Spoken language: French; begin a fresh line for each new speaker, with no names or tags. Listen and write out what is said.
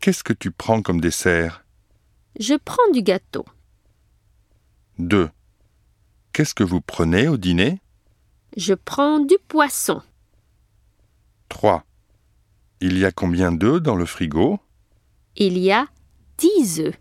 Qu'est-ce que tu prends comme dessert
Je prends du gâteau.
2. Qu'est-ce que vous prenez au dîner
Je prends du poisson.
3. Il y a combien d'œufs dans le frigo
Il y a dix œufs.